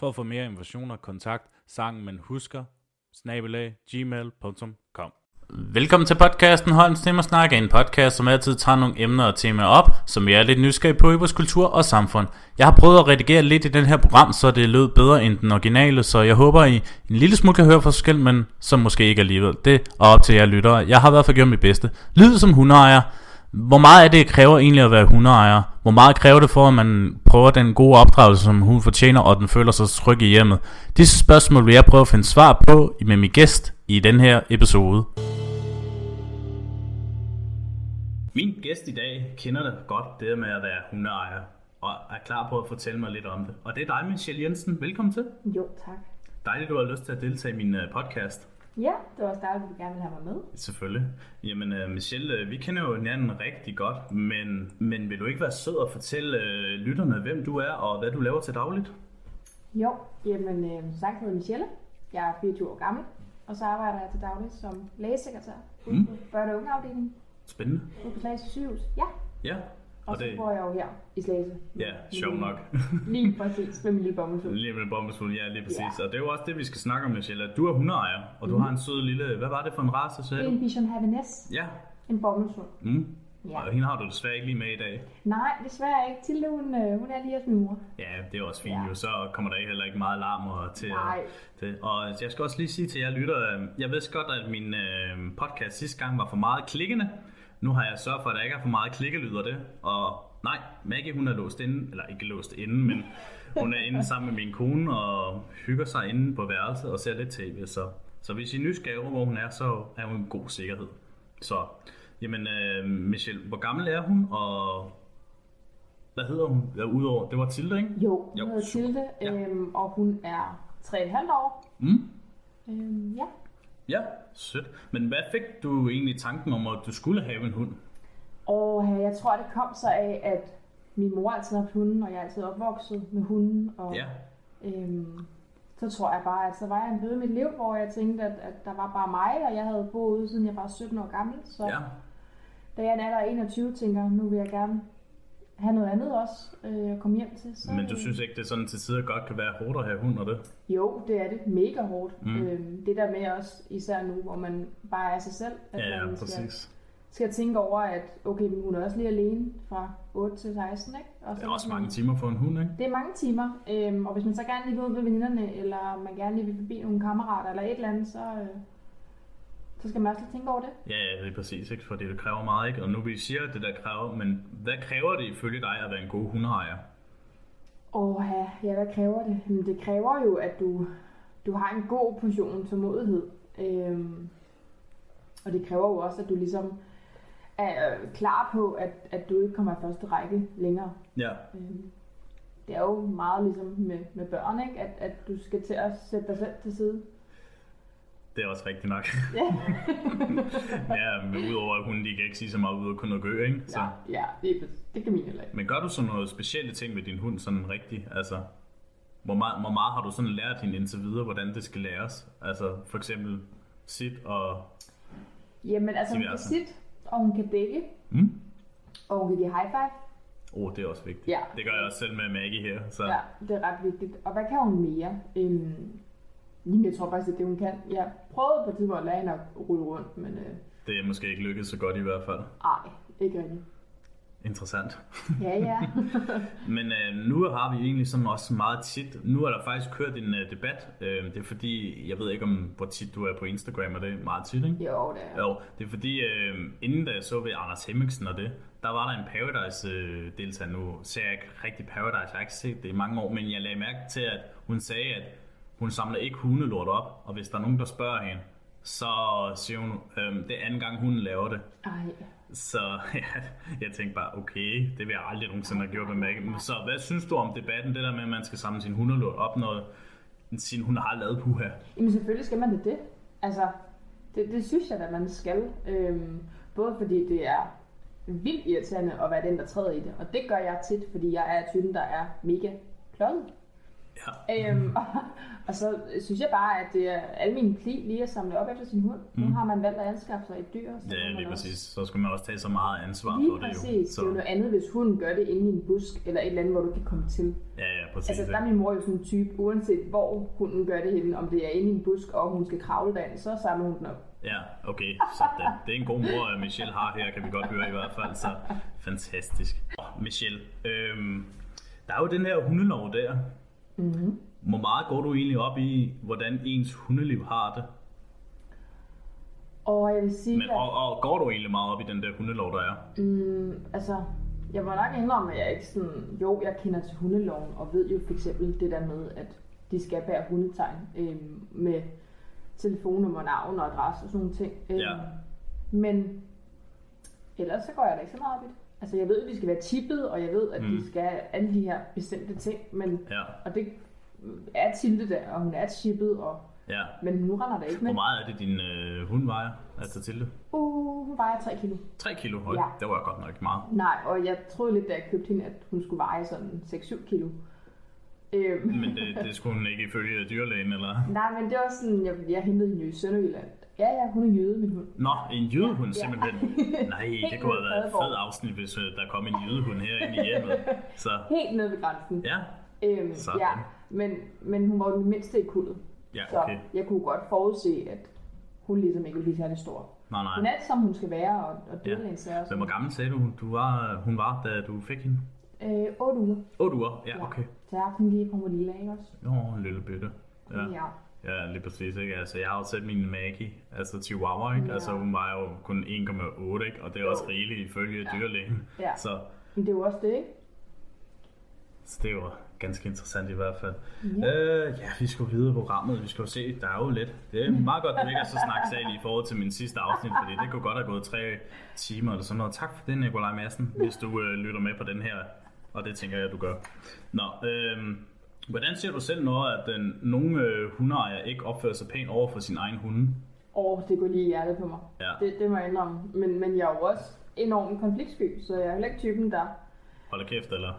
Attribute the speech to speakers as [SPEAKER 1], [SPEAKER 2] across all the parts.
[SPEAKER 1] For at få mere information og kontakt, Sangen Man Husker, snabelag, gmail.com. Velkommen til podcasten Holms Temasnak er en podcast, som altid tager nogle emner og temaer op, som jeg er lidt nysgerrig på i vores kultur og samfund. Jeg har prøvet at redigere lidt i den her program, så det lød bedre end den originale, så jeg håber, I en lille smule kan høre forskel, men som måske ikke alligevel. Det er op til jer lyttere. Jeg har i hvert fald gjort mit bedste. Lyd som hundeejer. Hvor meget af det kræver egentlig at være hundeejer? Hvor meget kræver det for, at man prøver den gode opdragelse, som hun fortjener, og den føler sig tryg i hjemmet? Disse spørgsmål vil jeg prøve at finde svar på med min gæst i den her episode. Min gæst i dag kender det godt, det der med at være hundeejer, og er klar på at fortælle mig lidt om det. Og det er dig, Michelle Jensen. Velkommen til.
[SPEAKER 2] Jo, tak.
[SPEAKER 1] Dejligt, du har lyst til at deltage i min øh, podcast.
[SPEAKER 2] Ja, det var også dejligt, at du gerne ville have mig med.
[SPEAKER 1] Selvfølgelig. Jamen, øh, Michelle, øh, vi kender jo hinanden rigtig godt, men, men vil du ikke være sød og fortælle øh, lytterne, hvem du er og hvad du laver til dagligt?
[SPEAKER 2] Jo, jamen, øh, som sagt hedder jeg Michelle. Jeg er 24 år gammel, og så arbejder jeg til daglig som lægesekretær ude
[SPEAKER 1] Mm.
[SPEAKER 2] på børne- og ungeafdelingen
[SPEAKER 1] Spændende.
[SPEAKER 2] ude på Slagelse sygehus. Ja,
[SPEAKER 1] Ja.
[SPEAKER 2] og,
[SPEAKER 1] Og
[SPEAKER 2] så
[SPEAKER 1] det,
[SPEAKER 2] bor jeg jo her i Slagelse.
[SPEAKER 1] ja, sjovt nok.
[SPEAKER 2] Lige præcis med min lille bommelsud.
[SPEAKER 1] Lige med bombesfuld, ja, lige præcis. Og det er jo også det, vi skal snakke om, Michelle. at Du er hundeejer, og du har en sød lille... Hvad var det for en race,
[SPEAKER 2] Det
[SPEAKER 1] sagde
[SPEAKER 2] er
[SPEAKER 1] du?
[SPEAKER 2] en Bichon Havanese,
[SPEAKER 1] Ja.
[SPEAKER 2] en bommelsund.
[SPEAKER 1] Mm.
[SPEAKER 2] Ja.
[SPEAKER 1] Og hende har du desværre ikke lige med i dag.
[SPEAKER 2] Nej, desværre ikke. Tilde, hun, øh, hun er lige hos min mor.
[SPEAKER 1] Ja, det er også fint
[SPEAKER 2] Ja.
[SPEAKER 1] jo, så kommer der heller ikke meget larm og til.
[SPEAKER 2] Nej.
[SPEAKER 1] Det. Og jeg skal også lige sige til jer lytter, øh, jeg ved godt, at min øh, podcast sidste gang var for meget klikkende. Nu har jeg sørget for, at der ikke er for meget klikkelyder det. Og nej, Maggie hun er låst inde, eller ikke låst inde, men hun er inde sammen med min kone og hygger sig inde på værelset og ser lidt tv. Så, så hvis I er nysgerrige over, hvor hun er, så er hun en god sikkerhed. Så, jamen øh, Michelle, hvor gammel er hun, og hvad hedder hun? Ja, udover, det var Tilde, ikke?
[SPEAKER 2] Jo, hun
[SPEAKER 1] Jo,
[SPEAKER 2] hedder
[SPEAKER 1] super.
[SPEAKER 2] Tilde,
[SPEAKER 1] Ja.
[SPEAKER 2] øhm, og hun er 3,5 år.
[SPEAKER 1] Mm.
[SPEAKER 2] Øhm, ja,
[SPEAKER 1] Ja, sødt. Men hvad fik du egentlig tanken om, at du skulle have en hund?
[SPEAKER 2] Og øh, jeg tror, det kom så af, at min mor altid har haft hunden, og jeg er altid opvokset med hunden. Og,
[SPEAKER 1] Ja.
[SPEAKER 2] øhm, så tror jeg bare, at så var jeg en bøde i mit liv, hvor jeg tænkte, at, at der var bare mig, og jeg havde boet ude, siden jeg var 17 år gammel. Så
[SPEAKER 1] Ja.
[SPEAKER 2] da jeg er en alder af 21, tænker, nu vil jeg gerne have noget andet også øh, at komme hjem til. Så,
[SPEAKER 1] Men du
[SPEAKER 2] øh,
[SPEAKER 1] synes ikke, det er sådan til tider godt kan være hårdt at have hund og det?
[SPEAKER 2] Jo, det er det. Mega hårdt. Mm. Øhm, det der med også, især nu, hvor man bare er sig selv. At
[SPEAKER 1] Ja, ja,
[SPEAKER 2] man skal,
[SPEAKER 1] præcis.
[SPEAKER 2] skal tænke over, at okay, men hun er også lige alene fra 8 til 16, ikke? Og
[SPEAKER 1] Det
[SPEAKER 2] så
[SPEAKER 1] er også
[SPEAKER 2] man-
[SPEAKER 1] mange timer for en hund, ikke?
[SPEAKER 2] Det er mange timer, øhm, og hvis man så gerne lige vil ud med veninderne, eller man gerne lige vil forbi nogle kammerater, eller et eller andet, så, øh, så skal man også lige tænke over det.
[SPEAKER 1] Ja, ja, det er præcis, ikke? Fordi det kræver meget, ikke? Og nu vi siger, at det der kræver, men hvad kræver det ifølge dig at være en god hundeejer?
[SPEAKER 2] Åh ja, ja, hvad kræver det? Jamen, det kræver jo, at du, du har en god portion tålmodighed. Øhm, og det kræver jo også, at du ligesom er øh, klar på, at, at du ikke kommer i første række længere.
[SPEAKER 1] Ja,
[SPEAKER 2] Øhm, det er jo meget ligesom med, med børn, ikke? At, at du skal til at sætte dig selv til side.
[SPEAKER 1] det er også rigtigt nok.
[SPEAKER 2] Ja.
[SPEAKER 1] ja, men udover at hunden, de kan ikke sige så meget ud og kun at gø, ikke? Så.
[SPEAKER 2] Ja, ja det, er- det kan min heller ikke.
[SPEAKER 1] Men gør du så nogle specielle ting med din hund, sådan rigtig? Altså, hvor meget, hvor meget har du sådan lært hende indtil videre, hvordan det skal læres? Altså, for eksempel sit og...
[SPEAKER 2] Jamen altså, hun kan
[SPEAKER 1] Diverse.
[SPEAKER 2] sitte, og hun kan dække,
[SPEAKER 1] Mm?
[SPEAKER 2] og hun kan give high five.
[SPEAKER 1] Oh, det er også vigtigt.
[SPEAKER 2] Ja.
[SPEAKER 1] Det gør jeg også selv med Maggie her. Så.
[SPEAKER 2] Ja, det er ret vigtigt. Og hvad kan hun mere? Øhm, jamen, jeg tror faktisk, at det hun kan. Jeg prøvede på et tidspunkt at lade hende at rulle rundt, men øh,
[SPEAKER 1] Det er måske ikke lykkedes så godt i hvert fald.
[SPEAKER 2] ej, ikke rigtigt.
[SPEAKER 1] Interessant.
[SPEAKER 2] Ja, ja.
[SPEAKER 1] Men øh, nu har vi egentlig sådan også meget tit, nu er der faktisk kørt en øh, debat, øh, det er fordi, jeg ved ikke om hvor tit du er på Instagram, og det er meget tit, ikke?
[SPEAKER 2] jo, det er.
[SPEAKER 1] Jo, det er fordi, øh, inden da jeg så ved Anders Hemmingsen og det, der var der en Paradise-deltager nu. Ser jeg ikke rigtig Paradise, jeg har ikke set det i mange år, men jeg lagde mærke til, at hun sagde, at hun samler ikke hundelort op, og hvis der er nogen, der spørger hende, så siger hun, øh, det er anden gang, hun laver det.
[SPEAKER 2] Ej.
[SPEAKER 1] Så ja, jeg tænkte bare, okay, det vil jeg aldrig nogensinde have gjort med Maggie. Men Så hvad synes du om debatten, det der med, at man skal samle sin hundelort op, når siden hun har lavet Puha.
[SPEAKER 2] Jamen selvfølgelig skal man da det. Altså, det, det synes jeg, at man skal. Øhm, både fordi det er vildt irriterende at være den, der træder i det. Og det gør jeg tit, fordi jeg er typen, der er mega klodset.
[SPEAKER 1] Ja.
[SPEAKER 2] Øhm, og, og så synes jeg bare, at det er almindelig pli lige at samle op efter sin hund. Mm. Nu har man valgt at anskaffe sig et dyr. så må
[SPEAKER 1] Ja,
[SPEAKER 2] man
[SPEAKER 1] lige
[SPEAKER 2] også-
[SPEAKER 1] præcis. Så skal man også tage så meget ansvar for
[SPEAKER 2] Lige
[SPEAKER 1] det
[SPEAKER 2] præcis.
[SPEAKER 1] jo.
[SPEAKER 2] Det er jo
[SPEAKER 1] Så,
[SPEAKER 2] noget andet, hvis hunden gør det inde i en busk, eller et eller andet, hvor du kan komme til.
[SPEAKER 1] ja, ja, præcis.
[SPEAKER 2] Altså,
[SPEAKER 1] ikke?
[SPEAKER 2] der er min mor jo sådan en type, uanset hvor hunden gør det henne, om det er inde i en busk, og hun skal kravle derind, så samler hun den op.
[SPEAKER 1] Ja, okay. Sådan. Det er en god mor, øh, Michelle har her, kan vi godt høre i hvert fald. Så fantastisk. Åh, Michelle, øhm, der er jo den her hundelov der. Mm-hmm.
[SPEAKER 2] Mhm.
[SPEAKER 1] Hvor meget går du egentlig op i, hvordan ens hundeliv har det?
[SPEAKER 2] Og jeg vil sige,
[SPEAKER 1] Men, og, og, går du egentlig meget op i den der hundelov, der er?
[SPEAKER 2] Mm, altså, jeg må nok indrømme, at jeg ikke sådan... Jo, jeg kender til hundeloven, og ved jo for eksempel det der med, at de skal bære hundetegn øh, med telefonnummer, navn og adresse og sådan nogle ting. Øh,
[SPEAKER 1] Ja.
[SPEAKER 2] Men ellers så går jeg da ikke så meget op i det. Altså, jeg ved, at de skal være tippet, og jeg ved, at mm. de skal alle de her bestemte ting, men...
[SPEAKER 1] Ja,
[SPEAKER 2] Og det er Tilde der, og hun er chippet, og...
[SPEAKER 1] ja.
[SPEAKER 2] Men hun render der ikke
[SPEAKER 1] Hvor
[SPEAKER 2] med.
[SPEAKER 1] meget er det, din øh, hund vejer? Altså til det?
[SPEAKER 2] Uh, hun vejer 3 kilo.
[SPEAKER 1] 3 kilo høj.
[SPEAKER 2] Ja.
[SPEAKER 1] Det var godt nok meget.
[SPEAKER 2] Nej, og jeg troede lidt, da jeg købte hende, at hun skulle veje sådan 6-7 kilo. Øhm,
[SPEAKER 1] Men det, det skulle hun ikke ifølge dyrlægen, eller?
[SPEAKER 2] nej, men det var sådan, jeg, jeg hentede hende jo i Sønderjylland. Ja, ja, hun er jøde, min hund.
[SPEAKER 1] Nå, en jødehund simpelthen. Nej, det
[SPEAKER 2] Helt
[SPEAKER 1] kunne have
[SPEAKER 2] nede i
[SPEAKER 1] været et fedt
[SPEAKER 2] Padborg.
[SPEAKER 1] afsnit, hvis øh, der kom en jødehund her ind i hjemmet. Så
[SPEAKER 2] Helt nede ved grænsen.
[SPEAKER 1] ja,
[SPEAKER 2] øhm,
[SPEAKER 1] sådan.
[SPEAKER 2] ja men, men hun var jo den mindste i kuldet.
[SPEAKER 1] ja okay.
[SPEAKER 2] Så jeg kunne godt forudse, at hun ligesom ikke ville blive særlig stor.
[SPEAKER 1] Nej,
[SPEAKER 2] Hun
[SPEAKER 1] nej.
[SPEAKER 2] er alt, som hun skal være, og, og dyrlægen sagde også.
[SPEAKER 1] Hvem var gammel, sagde du, du var, øh, hun var, da du fik hende?
[SPEAKER 2] Øh, 8 uger.
[SPEAKER 1] 8 uger, ja, okay.
[SPEAKER 2] Så jeg har haft hende lige på Molila, ikke også?
[SPEAKER 1] Nå, en lille bitte. Ja.
[SPEAKER 2] ja.
[SPEAKER 1] ja, lige præcis. Ikke? Altså, jeg har jo set min Maggie, altså Chihuahua, ikke?
[SPEAKER 2] Ja.
[SPEAKER 1] Altså, hun var jo kun 1,8, ikke? Og det er også
[SPEAKER 2] Jo.
[SPEAKER 1] rigeligt ifølge dyrlægen.
[SPEAKER 2] ja.
[SPEAKER 1] Så
[SPEAKER 2] Men det er jo også det, ikke?
[SPEAKER 1] Så det var ganske interessant i hvert fald. Ja, øh, ja vi skal jo videre i programmet. Vi skal jo se, der er jo lidt. Det er meget godt, at du ikke er så snaksal i forhold til min sidste afsnit, fordi det kunne godt have gået tre timer eller sådan noget. Tak for det, Nikolaj Madsen, hvis du øh, lytter med på den her. Og det tænker jeg, du gør. Nå, øh, hvordan ser du selv, når at øh, nogle øh, hundeejere ikke opfører sig pænt over for sin egen hunde?
[SPEAKER 2] Åh, det går lige i hjertet på mig.
[SPEAKER 1] Ja.
[SPEAKER 2] Det, det må jeg indrømme. Men, men jeg er jo også enormt konfliktsky, så jeg er heller ikke typen, der... Mm,
[SPEAKER 1] Hold da kæft, eller?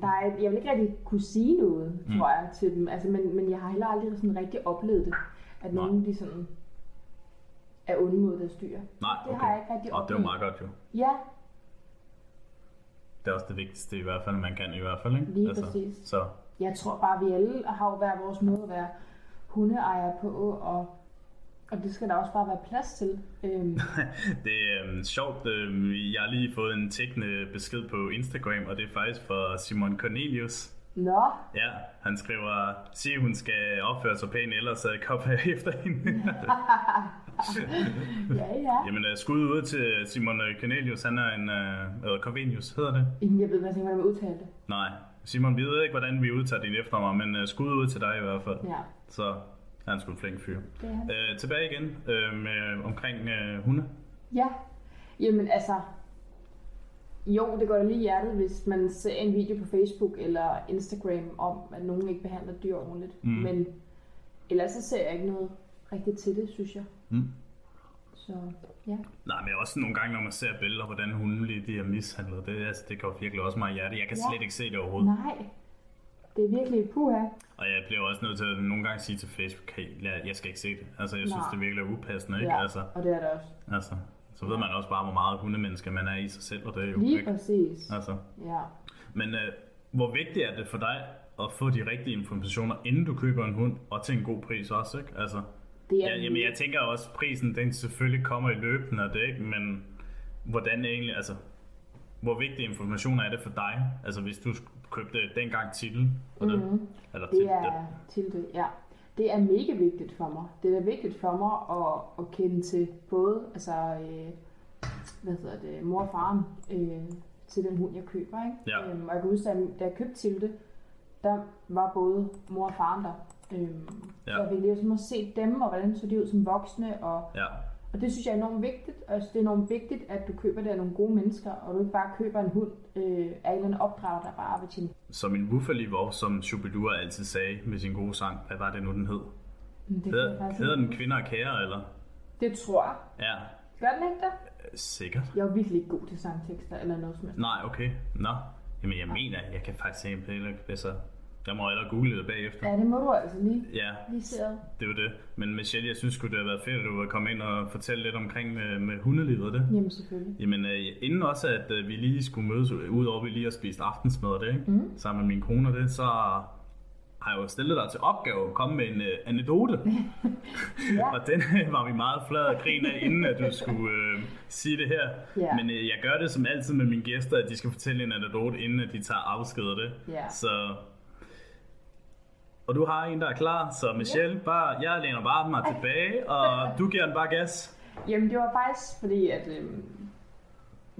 [SPEAKER 2] der er, jeg vil ikke rigtig kunne sige noget, mm. tror jeg, til dem. Altså, men, men jeg har heller aldrig sådan rigtig oplevet det, at
[SPEAKER 1] Nej.
[SPEAKER 2] nogen de sådan er onde mod deres dyr.
[SPEAKER 1] Nej,
[SPEAKER 2] Det
[SPEAKER 1] okay.
[SPEAKER 2] har jeg ikke rigtig
[SPEAKER 1] Og det var
[SPEAKER 2] oplevet.
[SPEAKER 1] meget godt jo.
[SPEAKER 2] Ja,
[SPEAKER 1] Det er også det vigtigste i hvert fald, man kan i hvert fald, ikke? Altså,
[SPEAKER 2] Lige præcis.
[SPEAKER 1] Så
[SPEAKER 2] jeg tror bare, vi alle har jo hver vores måde at være hundeejer på, og, og det skal der også bare være plads til. Øhm,
[SPEAKER 1] Det er øhm, sjovt, øhm, jeg har lige fået en tækkende besked på Instagram, og det er faktisk fra Simon Cornelius.
[SPEAKER 2] nå,
[SPEAKER 1] Ja, han skriver, sig hun skal opføre sig pænt, ellers øh, kopper jeg efter hende.
[SPEAKER 2] ja, ja.
[SPEAKER 1] Jamen øh, skud ud til Simon øh, Cornelius, han er en, øh, eller Cornelius hedder det?
[SPEAKER 2] Jamen, Jeg ved faktisk ikke, hvordan man udtaler det.
[SPEAKER 1] Nej, Simon, vi ved ikke, hvordan vi udtager din efternavn, men øh, skud ud til dig i hvert fald.
[SPEAKER 2] Ja,
[SPEAKER 1] Så er han sgu en flink fyr.
[SPEAKER 2] det er han.
[SPEAKER 1] Øh, tilbage igen øh, med, omkring øh, hunde.
[SPEAKER 2] Ja, jamen altså, jo, det går da lige i hjertet, hvis man ser en video på Facebook eller Instagram om, at nogen ikke behandler dyr ordentligt. Mm. Men ellers så ser jeg ikke noget rigtigt til det, synes jeg.
[SPEAKER 1] Mm.
[SPEAKER 2] Så ja.
[SPEAKER 1] Nej, men også nogle gange, når man ser billeder, hvordan hunde lige de er mishandlet, det, altså, det går virkelig også mig i hjertet. Jeg kan ja.
[SPEAKER 2] Ja.
[SPEAKER 1] slet ikke se det overhovedet.
[SPEAKER 2] Nej, det er virkelig et puha.
[SPEAKER 1] Og jeg bliver også nødt til at nogle gange sige til Facebook, hey, lad- jeg skal ikke se det. Altså, jeg synes,
[SPEAKER 2] Nej.
[SPEAKER 1] det virkelig er upassende, ikke?
[SPEAKER 2] Ja,
[SPEAKER 1] Ja. Altså,
[SPEAKER 2] og det er det også.
[SPEAKER 1] altså, så ved man også bare, hvor meget hundemenneske man er i sig selv, og det er jo
[SPEAKER 2] Lige
[SPEAKER 1] ikke.
[SPEAKER 2] præcis.
[SPEAKER 1] Altså.
[SPEAKER 2] Ja.
[SPEAKER 1] Men øh, hvor vigtigt er det for dig at få de rigtige informationer, inden du køber en hund, og til en god pris også, ikke? Altså,
[SPEAKER 2] Det er
[SPEAKER 1] ja, jamen, jeg tænker også, prisen den selvfølgelig kommer i løbende af det, ikke? men hvordan egentlig, altså, hvor vigtig information er det for dig? Altså, hvis du sk- købte dengang titel, og det, mm-hmm. eller titel,
[SPEAKER 2] Mhm. Det er til det, ja. Det er mega vigtigt for mig. Det er vigtigt for mig at, at kende til både, altså, øh, hvad hedder det, mor og faren øh, til den hund, jeg køber, ikke?
[SPEAKER 1] Ja.
[SPEAKER 2] Øhm, og jeg kan huske, da jeg- da jeg købte Tilde, der var både mor og faren der. Øhm,
[SPEAKER 1] Ja.
[SPEAKER 2] Så jeg fik ligesom at se dem, og hvordan så de ud som voksne, og
[SPEAKER 1] ja,
[SPEAKER 2] Og det synes jeg er enormt vigtigt. Altså, det er enormt vigtigt, at du køber det af nogle gode mennesker, og du ikke bare køber en hund øh, af en eller anden opdrager, der bare vil tjene.
[SPEAKER 1] Som en wuffelivor, som Shubidua altid sagde med sin gode sang. Hvad var det nu, den hed?
[SPEAKER 2] Men Det, kan jeg
[SPEAKER 1] Hedder,
[SPEAKER 2] faktisk
[SPEAKER 1] hedder
[SPEAKER 2] ikke.
[SPEAKER 1] den Kvinder og Kære, eller?
[SPEAKER 2] det tror jeg.
[SPEAKER 1] Ja,
[SPEAKER 2] Gør den ikke det?
[SPEAKER 1] øh, sikkert.
[SPEAKER 2] Jeg er jo virkelig ikke god til sangtekster eller noget som helst.
[SPEAKER 1] Nej, okay. Nå. Jamen, jeg mener, jeg kan faktisk ikke heller ikke bedre. altså, Jeg må hellere google det bagefter.
[SPEAKER 2] Ja, det må du altså lige,
[SPEAKER 1] Ja,
[SPEAKER 2] lige se. ad.
[SPEAKER 1] det var det. Men Michelle, jeg synes sgu, det havde været fedt, at du var kommet ind og fortælle lidt omkring med, med hundelivet og det.
[SPEAKER 2] Jamen selvfølgelig.
[SPEAKER 1] Jamen, øh, inden også, at øh, vi lige skulle mødes, øh, udover at vi lige har spist aftensmad og det, ikke? Mm. sammen med min kone og det, så har jeg jo stillet dig til opgave at komme med en øh, anekdote.
[SPEAKER 2] Ja.
[SPEAKER 1] Og den øh, var vi meget flad og grin af, inden at du skulle øh, sige det her.
[SPEAKER 2] Ja.
[SPEAKER 1] Men øh, jeg gør det som altid med mine gæster, at de skal fortælle en anekdote, inden at de tager afsked af det.
[SPEAKER 2] Ja.
[SPEAKER 1] Så... Og du har en, der er klar, så Michelle, bare, jeg læner bare mig tilbage, og du giver den bare gas.
[SPEAKER 2] Jamen det var faktisk fordi, at øhm,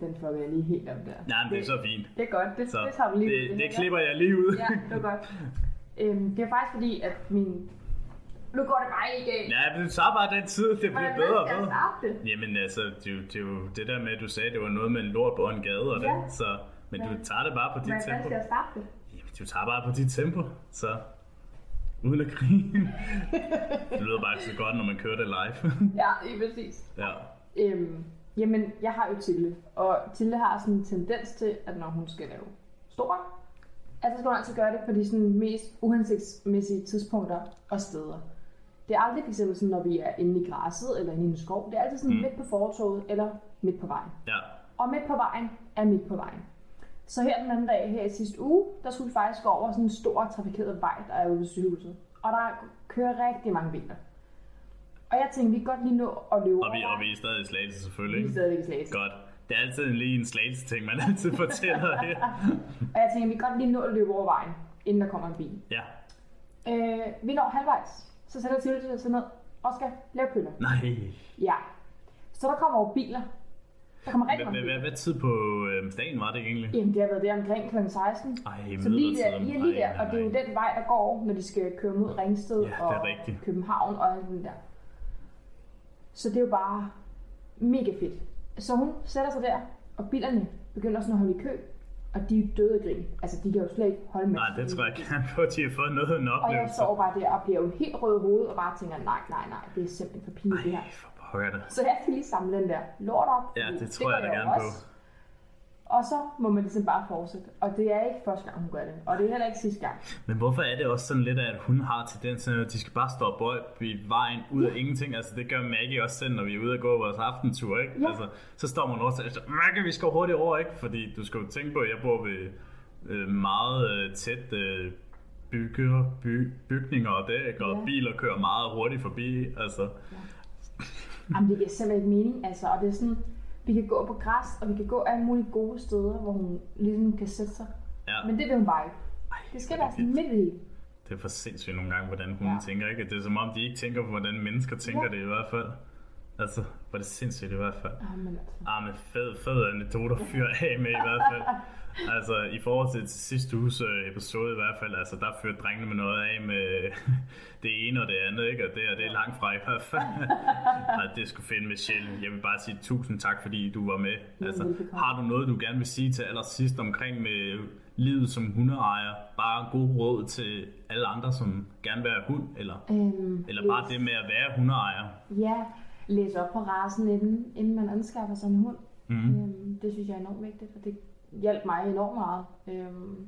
[SPEAKER 2] den får jeg lige helt op der.
[SPEAKER 1] Nej, men det er så fint.
[SPEAKER 2] Det er godt, det,
[SPEAKER 1] Så
[SPEAKER 2] det tager vi lige.
[SPEAKER 1] det,
[SPEAKER 2] ud,
[SPEAKER 1] det,
[SPEAKER 2] her.
[SPEAKER 1] klipper jeg lige ud.
[SPEAKER 2] Ja, det var godt. øhm, det var faktisk fordi, at min... Nu går det bare i dag.
[SPEAKER 1] Ja, men det tager bare den tid, det bliver
[SPEAKER 2] Hvordan
[SPEAKER 1] bedre og
[SPEAKER 2] skal jeg
[SPEAKER 1] bedre.
[SPEAKER 2] starte det?
[SPEAKER 1] Jamen altså, det, er jo- det, er jo det der med, at du sagde, at det var noget med en lort på en gade og det,
[SPEAKER 2] Ja.
[SPEAKER 1] så... Men
[SPEAKER 2] Men-
[SPEAKER 1] du tager det bare på dit
[SPEAKER 2] Hvordan
[SPEAKER 1] tempo.
[SPEAKER 2] skal jeg starte det?
[SPEAKER 1] Jamen, du tager bare på dit tempo, så... Uden at grine. det lyder bare ikke så godt, når man kører det live.
[SPEAKER 2] Ja, lige præcis.
[SPEAKER 1] ja.
[SPEAKER 2] Øhm, jamen, jeg har jo Tille, og Tille har sådan en tendens til, at når hun skal lave store, at så skal hun altid gøre det på de sådan mest uhensigtsmæssige tidspunkter og steder. Det er aldrig fx sådan, når vi er inde i græsset eller inde i en skov. Det er altid sådan mm. midt på fortoget eller midt på vejen.
[SPEAKER 1] ja.
[SPEAKER 2] Og midt på vejen er midt på vejen. Så her den anden dag, her i sidste uge, der skulle vi faktisk gå over sådan en stor trafikeret vej, der er ude ved sygehuset. Og der kører rigtig mange biler. Og jeg tænkte, vi kan godt lige nå at løbe
[SPEAKER 1] Og vi,
[SPEAKER 2] over
[SPEAKER 1] og vi er stadig i slagelse selvfølgelig,
[SPEAKER 2] vi er
[SPEAKER 1] ikke?
[SPEAKER 2] stadigvæk i Slagelse.
[SPEAKER 1] Godt. Det er altid lige en slagelse ting, man altid fortæller her.
[SPEAKER 2] Og jeg tænker, vi kan godt lige nå at løbe over vejen, inden der kommer en bil.
[SPEAKER 1] Ja.
[SPEAKER 2] Øh, vi når halvvejs, så sætter Tilde sig ned og skal lave pøller.
[SPEAKER 1] Nej.
[SPEAKER 2] Ja. Så der kommer jo biler. Der kommer rigtig
[SPEAKER 1] Hvad,
[SPEAKER 2] mange
[SPEAKER 1] hvad, hvad,
[SPEAKER 2] biler.
[SPEAKER 1] hvad tid på øh, dagen var det egentlig?
[SPEAKER 2] Jamen, det har været der omkring kl. 16.
[SPEAKER 1] Ej,
[SPEAKER 2] Så lige der,
[SPEAKER 1] midlertiden.
[SPEAKER 2] I er lige
[SPEAKER 1] Ej,
[SPEAKER 2] der, og det er jo
[SPEAKER 1] nej.
[SPEAKER 2] den vej, der går, over, når de skal køre mod Ringsted
[SPEAKER 1] Ja, det er
[SPEAKER 2] og
[SPEAKER 1] rigtigt.
[SPEAKER 2] København og alt det der. Så det er jo bare mega fedt. Så hun sætter sig der, og bilerne begynder sådan at holde i kø, og de er døde af grin. Altså, de kan jo slet ikke holde med.
[SPEAKER 1] Nej, det tror jeg gerne på, at de har fået noget af en
[SPEAKER 2] Og jeg
[SPEAKER 1] oplevelse.
[SPEAKER 2] står bare der og bliver jo helt rød i hovedet og bare tænker, nej, nej, nej, det er simpelthen for pinligt det her.
[SPEAKER 1] Ej, for pokker det.
[SPEAKER 2] Så jeg skal lige samle den der lort op.
[SPEAKER 1] Ja,
[SPEAKER 2] fordi
[SPEAKER 1] det tror jeg
[SPEAKER 2] gør
[SPEAKER 1] da
[SPEAKER 2] jo
[SPEAKER 1] gerne på.
[SPEAKER 2] også. Og så må man ligesom bare fortsætte. Og det er ikke første gang, hun gør det. Og det er heller ikke sidste gang.
[SPEAKER 1] Men hvorfor er det også sådan lidt, at hun har tendensen, at de skal bare stå og bøje i vejen ud af ingenting? Altså, det gør Maggie også selv, når vi er ude og gå vores aftentur, ikke?
[SPEAKER 2] Ja.
[SPEAKER 1] Altså, så står man også og siger, Maggie, vi skal hurtigt over, ikke? Fordi du skal jo tænke på, at jeg bor ved øh, meget øh, tæt øh, bygger, by, bygninger og det, ikke? Og
[SPEAKER 2] Ja.
[SPEAKER 1] biler kører meget hurtigt forbi, altså.
[SPEAKER 2] Jamen, det giver simpelthen ikke mening, altså. Og det er sådan, vi kan gå på græs, og vi kan gå alle mulige gode steder, hvor hun ligesom kan sætte sig.
[SPEAKER 1] Ja,
[SPEAKER 2] Men det vil hun bare ikke. Det skal
[SPEAKER 1] hvor er
[SPEAKER 2] være
[SPEAKER 1] det
[SPEAKER 2] sådan midt i. det hele.
[SPEAKER 1] det er for sindssygt nogle gange, hvordan hun
[SPEAKER 2] Ja.
[SPEAKER 1] ja. tænker, ikke? Det er som om, de ikke tænker på, hvordan mennesker tænker
[SPEAKER 2] Ja.
[SPEAKER 1] det i hvert fald. Altså, hvor er det sindssygt i hvert fald.
[SPEAKER 2] Jamen, altså.
[SPEAKER 1] Ah, men fed, fed anekdote at fyre af med i hvert fald. Altså, i forhold til, til sidste uges øh, episode i hvert fald, altså, der fyrte drengene med noget af med det ene og det andet, ikke? Og det, og det er langt fra i hvert fald. Ej, det skulle finde Michelle. Jeg vil bare sige tusind tak, fordi du var med. Altså,
[SPEAKER 2] velbekomme.
[SPEAKER 1] har du noget, du gerne vil sige til allersidst omkring med livet som hundeejer? Bare god råd til alle andre, som gerne vil være hund, eller,
[SPEAKER 2] Øhm,
[SPEAKER 1] eller bare
[SPEAKER 2] læs-
[SPEAKER 1] det med at være hundeejer.
[SPEAKER 2] Ja, læs op på rasen, inden, inden man anskaffer sig en hund. Mm. Øhm, det synes jeg er enormt vigtigt, og det hjalp mig enormt meget. Øhm,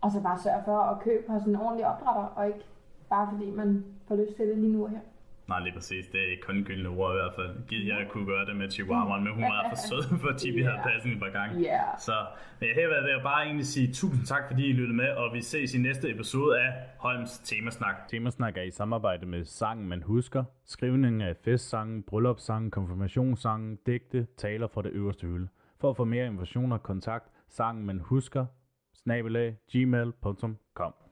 [SPEAKER 2] og så bare sørg for at købe hos en ordentlig opdrætter, og ikke bare fordi man får lyst til det lige nu og her.
[SPEAKER 1] Nej, lige præcis. Det er kun gyldne ord i hvert fald. Gid jeg kunne gøre det med Chihuahuaen, men hun var for sød, fordi vi havde
[SPEAKER 2] Ja.
[SPEAKER 1] passet hende et par gange.
[SPEAKER 2] Ja.
[SPEAKER 1] Så, men her vil jeg bare egentlig sige tusind tak, fordi I lyttede med, og vi ses i næste episode af Holms Temasnak.
[SPEAKER 3] Temasnak er i samarbejde med Sangen Man Husker, skrivning af festsange, bryllupssange, konfirmationssange, digte, taler fra det øverste hylde. For at få mere information og kontakt, sangen man husker, snabelag, gmail.com.